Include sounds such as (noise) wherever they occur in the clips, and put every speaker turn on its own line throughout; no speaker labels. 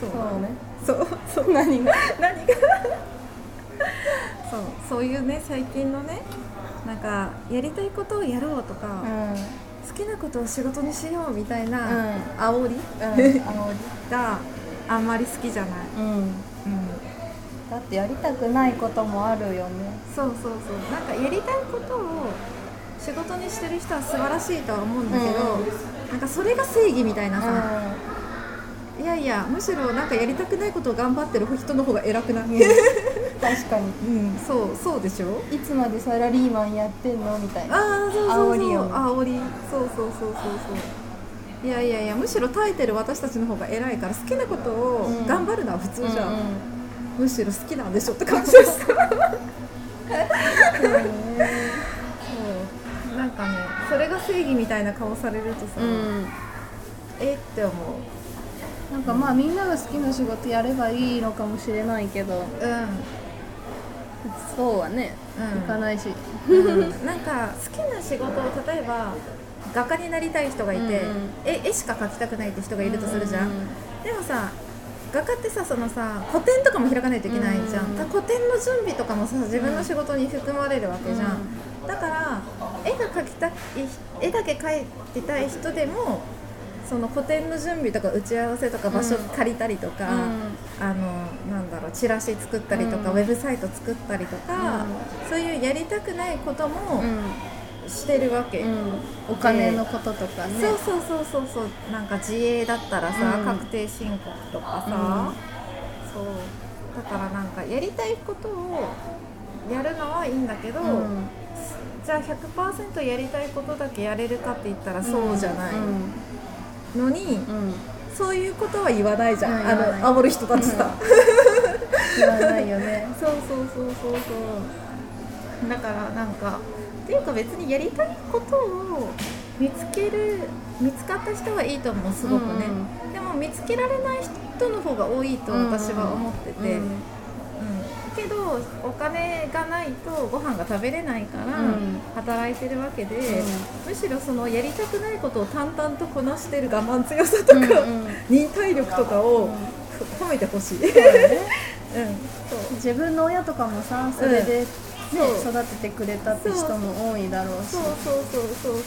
そう
そう (laughs) ね
そうそう
何が
何がそうそういうね最近のねなんかやりたいことをやろうとか、
うん
好きなことを仕事にしようみたいな
うん
煽り、
うん煽り
があんまり好きじゃない、
うんだってやりたくないこともあるよね
そうそうそうなんかやりたいことを仕事にしてる人は素晴らしいとは思うんだけど、
うん
なんかそれが正義みたいな
う
さ、
ん
いやいやむしろなんかやりたくないことを頑張ってる人の方が偉くない、
確かに
うん、そうそうでしょ
いつまでサラリーマンやってんのみたいな
ああそうそうそう
煽りよね
煽りそうそうそうそうそういやいやいやむしろ耐えてる私たちの方が偉いから好きなことを
うん
頑張るのは普通じゃん、
うん
むしろ好きなんでしょって感じでした
うんそうね
そうなんかねそれが正義みたいな顔されるとさ、
うん
えって思う
なんかまあみんなが好きな仕事やればいいのかもしれないけど
う
そうはね、
うん
いかないし
ん、うん、なんか好きな仕事を例えば画家になりたい人がいて、
うんうん
え絵しか描きたくないって人がいるとするじゃん、
うう
でもさ画家ってさそのさ個展とかも開かないといけないじゃん、
うんうん
だから個展の準備とかもさ自分の仕事に含まれるわけじゃん、だから絵が描きたい絵だけ描いてたい人でもその個展の準備とか打ち合わせとか場所
うん
借りたりとか、
うん
あのなんだろうチラシ作ったりとか、
うん
ウェブサイト作ったりとか、そういうやりたくないことも
う
してるわけ、
んうんお金のこととかね、
そうそうそうそうそうなんか自営だったらさ、
うん
確定申告とかさ、そうだからなんかやりたいことをやるのはいいんだけど、
うん
じゃあ100%やりたいことだけやれるかって言ったらそうじゃない
うん
のに、
うん
そういうことは言わないじゃん、
うん言わない
あの煽る人たちさ、
言わないよ (laughs) ね
そうそうそうそうそうだからなんかっていうか別にやりたいことを見つける見つかった人はいいと思うすごくね、
う
でも見つけられない人の方が多いと私は思ってて、
うん
けどお金がないとご飯が食べれないから
うん
働いてるわけで、
う
むしろそのやりたくないことを淡々とこなしてる我慢強さとか、
(laughs) うんうん
忍耐力とかを褒めてほしい。うん、 (laughs) そう
自分の親とかもさそれで、ね
そう
育ててくれたって人も多いだろうし
そうそうそうそうそう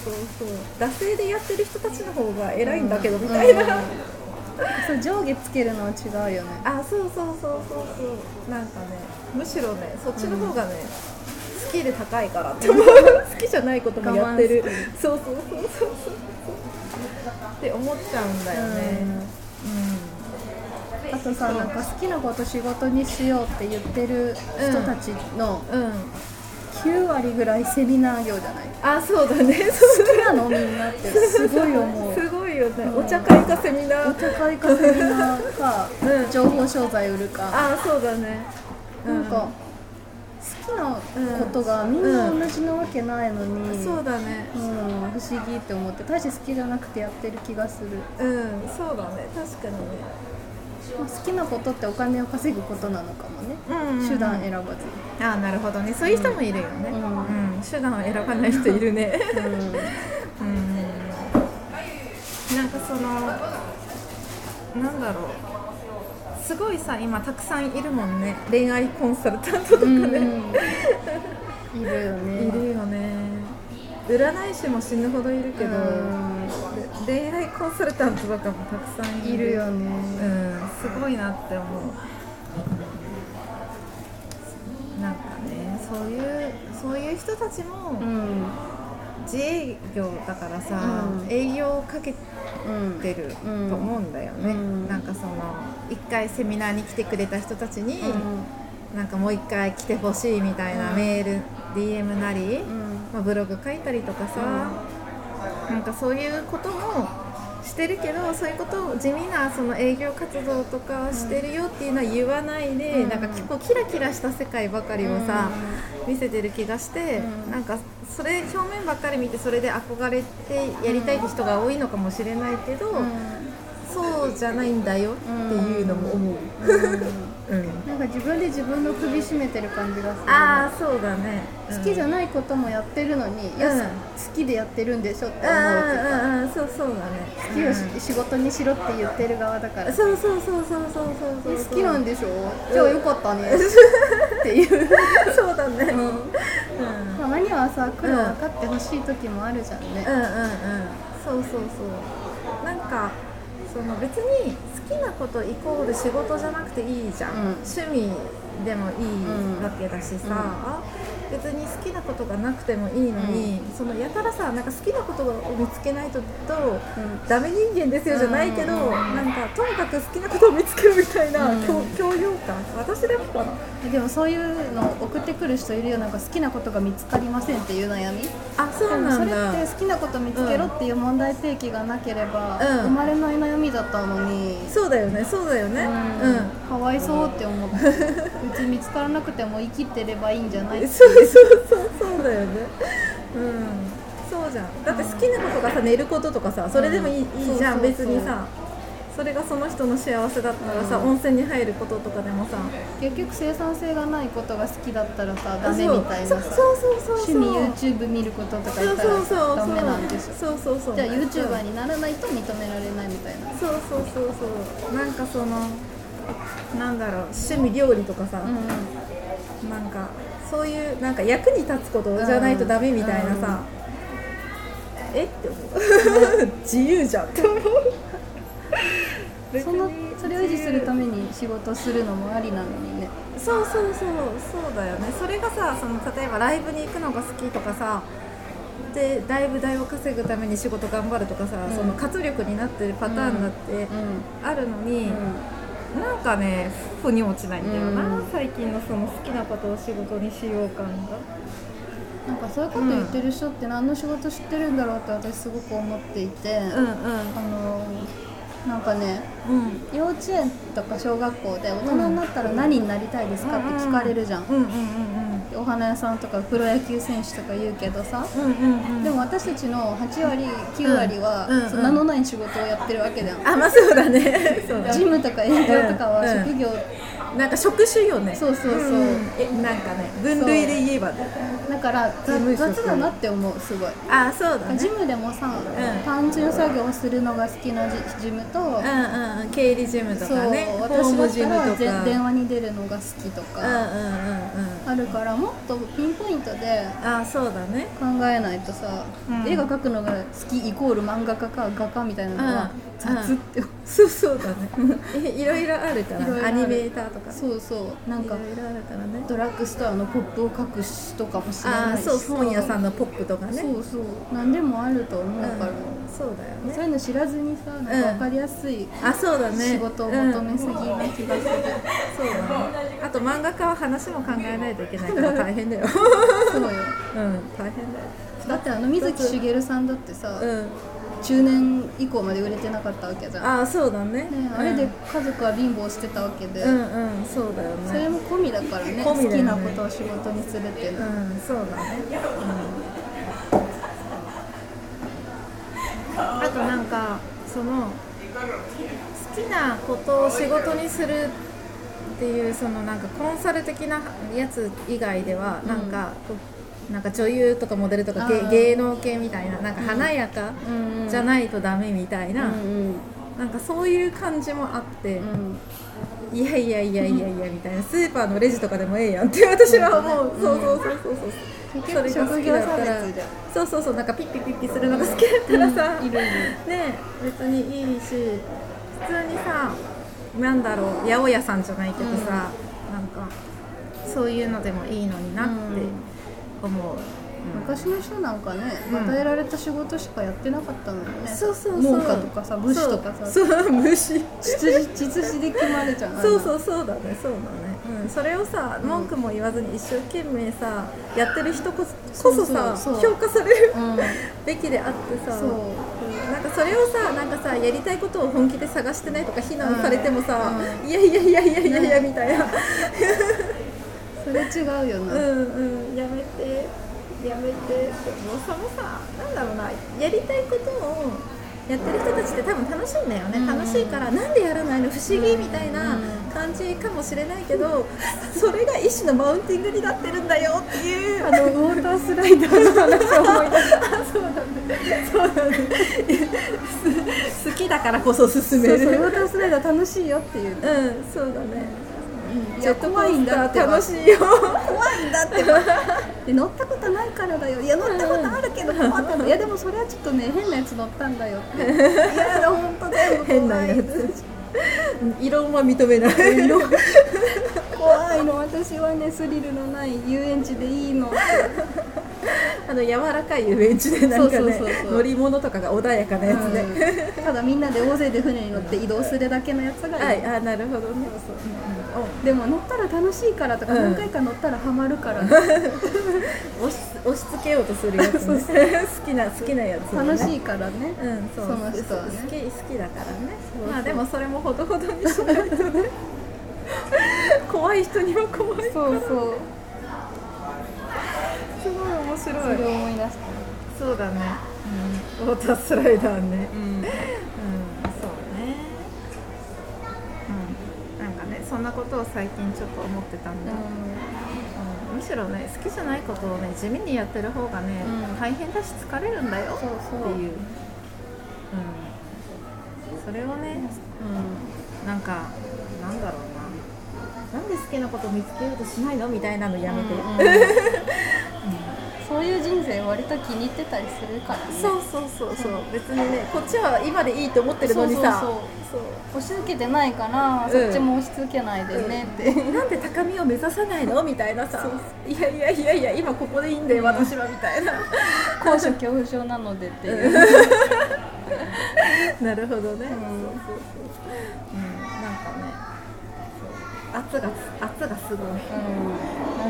そう惰性でやってる人たちの方が偉いんだけどみたいな、
うんうんそう上下つけるのは違うよね
(laughs) あそうそうそうそうそうなんかねむしろねそっちの方がね、スキル高いからって思う (laughs) 好きじゃないこともやってる
我慢
そうそうそうそうそうって思っちゃうんだよね
あとさなんか好きなこと仕事にしようって言ってる人たちの
うん、うん
9割ぐらいセミナー業じゃない好
あそうだねそう
きなのみんなってすごい思う
すごいよね、お茶会かセミナ
お
ー
茶会かセミナーか、
うん
情報商材売るか
あそうだね
なんか、好きなことがみんな同じなわけないのに、
うんそうだね
うん、不思議って思って大して好きじゃなくてやってる気がする、
うんそうだね確かにね
まあ好きなことってお金を稼ぐことなのかもね、
うん
手段選ばず、
ああなるほどねそういう人もいるよね、う
うんん
手段を選ばない人いるね
うん
うん (laughs) なんかそのなんだろうすごいさ今たくさんいるもんね恋愛コンサルタントとか
うん
ね、
いるよね
いるよね占い師も死ぬほどいるけど、で恋愛コンサルタントとかもたくさんい
うん
る
いるよ
う
ね、
んすごいなって思うなんかねそういうそういう人たちも
うん
自営業だからさ、
うん
営業をかけ
うん
てると思うんだよね、
うん
なんかその一回セミナーに来てくれた人たちに、
うん
なんかもう一回来てほしいみたいな
うん
メール DM なり、
うん
まあ、ブログ書いたりとかさ、なんかそういうこともしてるけどそういうことを地味なその営業活動とかしてるよっていうのは言わないで、
うん
なんか結構キラキラした世界ばかりをさ、見せてる気がして、
うん
なんかそれ表面ばっかり見てそれで憧れてやりたいって人が多いのかもしれないけど、
うん
そうじゃないんだよっていうのも思う、
う
う
ん
ん
なんか自分で自分の首絞めてる感じがする
ああそうだね
好きじゃ
ない
ないこともやってるのに、いや
うん
好きでやってるんでしょって思うっていうか、
うんうんうんそうそうだね
好きをし、仕事にしろって言ってる側だから、
うんそうそうそうそうそうそうそう
好きなんでしょじゃあよか (laughs) ったねっていう、
そうだねうんうんうん
たまにはさ苦労分かってほしい時もあるじゃんね、
うんそうそうそうなんかその別に好きなことイコール仕事じゃなくていいじゃん、
うん
趣味でもい
うん
いわけだしさ、別に好きなことがなくてもいいのに、そのやたらさなんか好きなことを見つけないととダメ人間ですよじゃないけど、
うんうんうん
なんかとにかく好きなことを見つけるみたいな、
うん
強強要感私でもかな
えでもそういうの送ってくる人いるよなんか好きなことが見つかりませんっていう悩み
あそ
で
う
も
な
そ
ん
れ
だ
って好きなこと見つけろっていう問題提起がなければ、
うん
生まれない悩みだったのに、
そうだよねそうだよねうん
うんかわいそうって思って別に見つからなくても生きてればいいんじゃないって
そうそうそうそうだよね。うん。そうじゃん。だって好きなことがさ寝ることとかさそれでもいい,、
うん
いいじゃん
そうそうそう
別にさ。それがその人の幸せだったらさ、
うん
温泉に入ることとかでもさ
結局生産性がないことが好きだったらさダ
あ
メ
そう
みたいなさ
そうそうそうそう
趣味 YouTube 見ることとか言った
そうそうそ
ら
う
ダメなんでしょ
そうそうそう
じゃあ
うん
YouTuber にならないと認められないみたいな
そうそうそうそうなんかそのなんだろう趣味料理とかさ、
う
なんかそういうなんか役に立つことじゃないとダメみたいなさ、えって思う (laughs) 自由じゃんって思うん
(laughs) そのそれを維持するために仕事するのもありなのにね
そうそうそうそうだよねそれがさその例えばライブに行くのが好きとかさでライブ代を稼ぐために仕事頑張るとかさ、
うん
その活力になってるパターンだって
う
あるのに、
ん
なんかね腑に落ちないんだよな、
うん
最近のその好きなことを仕事にしよう感が。
なんかそういうこと言ってる人って何の仕事知ってるんだろうって私すごく思っていて、
うんうん
あのなんかね
うん
幼稚園とか小学校で大人になったら何になりたいですかって聞かれるじゃん、
うんうんうん
お花屋さんとかプロ野球選手とか言うけどさ、
うんうんうん
でも私たちの8割9割は、
うんうん
その名のない仕事をやってるわけだよ、
あまあそうだねそうだ
ジムとか営業とかは
うん
職業、
なんか職種よね
そうそうそうん
えなんかね分類で言えばね
だからざ
事務職
雑だなって思うすごい
あそうだね
ジムでもさ、
ん
単純作業をするのが好きなジジムと、
うんうんうん経理ジムと
そう
かね
私だったら
ホームジム
ぜ
とか
電話に出るのが好きと
うんうん
か、
うんうん
あるからもっとピンポイントで
あそうだね
考えないとさ、
うん
絵が描くのが好きイコール漫画家か画家みたいなのは
うん
雑って、
そうそうだねえいろいろあるから
いろいろあ
ア
る
ニメーターとか
そうそうなん
いろ
か
いろあるからね
ドラッグストアのポップを描くしとかも知
あ
らないし
そう本屋さんのポップとかね
そうそう何でもあると思う
うん
から、
そうだよ
そう
ね
いうの知らずにさなんか分かりやすい
あそうだね
仕事を求めすぎな気がする、
そうだねあと漫画家は話も考えないといけないから大変だよ
そうよ
うん大変だよ
だってあの水木しげるさんだってさ、
うん
中年以降まで売れてなかったわけじゃん
ああそうだね
ねあれで家族は貧乏してたわけで、
うんうんうんそうだよ
そ
ね
れも込みだからね
込みだ
好
よ
き
ね
なことを仕事にするっていうの
う
は、
んそうだね、うん、あとなんかその好きなことを仕事にするっていうそのなんかコンサル的なやつ以外ではなんか、こうなんか女優とかモデルとか
あー
芸芸能系みたいななんか華やか
うんうん
じゃないとダメみたいな、
うん
なんかそういう感じもあって、
うん
いやいやいやいやいやみたいなスーパーのレジとかでもええやんって私は思う、そうそうそうそうそう
結局職業差別じゃん
そうそうそうなんかピッピピッピするのが好きだったらさ、
うんいるいる
ねえ別にいいし普通にさなんだろう八百屋さんじゃないけどさ、なんかそういうのでもいいのになって思う、
昔の人なんかね、
うん
与えられた仕事しかやってなかったのよね
そうそうそう
農家とかさ武士とかさ
そうそう武士
秩序秩序で決まるじゃん
そうそううそうだねそうだね、うん、それをさ文句も言わずに一生懸命さやってる人こそこそさ
そうそうそう
評価される
うん
(laughs) べきであってさ
そう
うんなんかそれをさなんかさやりたいことを本気で探してないとか非難されてもさ、
う
いやいやいやいやいやいやみたいな、
それ違うよ
う
な、
んうんやめてやめてもうそのさなんだろうなやりたいことをやってる人たちって多分楽しいんだよね、
うん
楽しいからなんでやらないないの不思議みたいな感じかもしれないけどそれが一種のマウンティングになってるんだよっていう
あのウォータースライダーの話を思い出し
そうなんです好きだからこそ進め
て
る
そうそうウォータースライダー楽しいよっていう
うんそうだね、
い
ジェ
や
ットコースター
怖いんだってば
楽しいよ
怖いんだってばで乗ったことないからだよいや乗ったことあるけど怖かったいやでもそれはちょっとね変なやつ乗ったんだよっていや本当全部怖い
変なやつ異論は認めない異論
怖いの私はねスリルのない遊園地でいいの
(laughs) あの柔らかい遊園地でなんかね
そうそうそうそう
乗り物とかが穏やかなやつね、
うん (laughs) ただみんなで大勢で船に乗って移動するだけのやつがいい、
はいあなるほどね
でも乗ったら楽しいからとか、
うん
何回か乗ったらハマ
(laughs)
るから、
お押し押し付けようとするやつ、 (laughs) ね、好きな好きなやつ、ね、
楽しいからね、
うんそう
その人はね
好き好きだからね
そうそう
まあでもそれもほどほどにしないとね怖い人には怖い
そうそう
すごい面
そ
白
れを
い
思い出した、
そうだね、ウォータースライダーねうんそうねうんなんかねそんなことを最近ちょっと思ってたんだ、うんむしろね好きじゃないことをね地味にやってる方がね、
うん
大変だし疲れるんだよって
そう
いう
そう
うん、それをね、うん、なんかなんだろうななんで好きなこと見つけようとしないのみたいなのやめて、
そういう人生割と気に入ってたりするからね
(laughs) そうそうそうそう別にねこっちは今でいいと思ってるのにさ
そうそう
そう
押し付けてないから、
ん
そっちも押し付けないでねって、
なんで高みを目指さない
(laughs)
のみたいなさいやいやいやいや今ここでいいんだよ私はみたい
(laughs)
な
高所恐怖症なのでっていう、
なるほどね、
ん
そうそうそううんなんかねそう圧が圧がすごい
う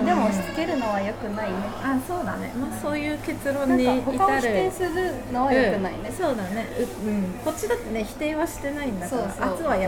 んでも押し付けるのは良くないね
あそうだねまあそういう結論
なん
に至
か
る
他を否定するのは良くないね、
うんそうだねううんこっちだってね否定はしてないんだから
そうそう
圧はや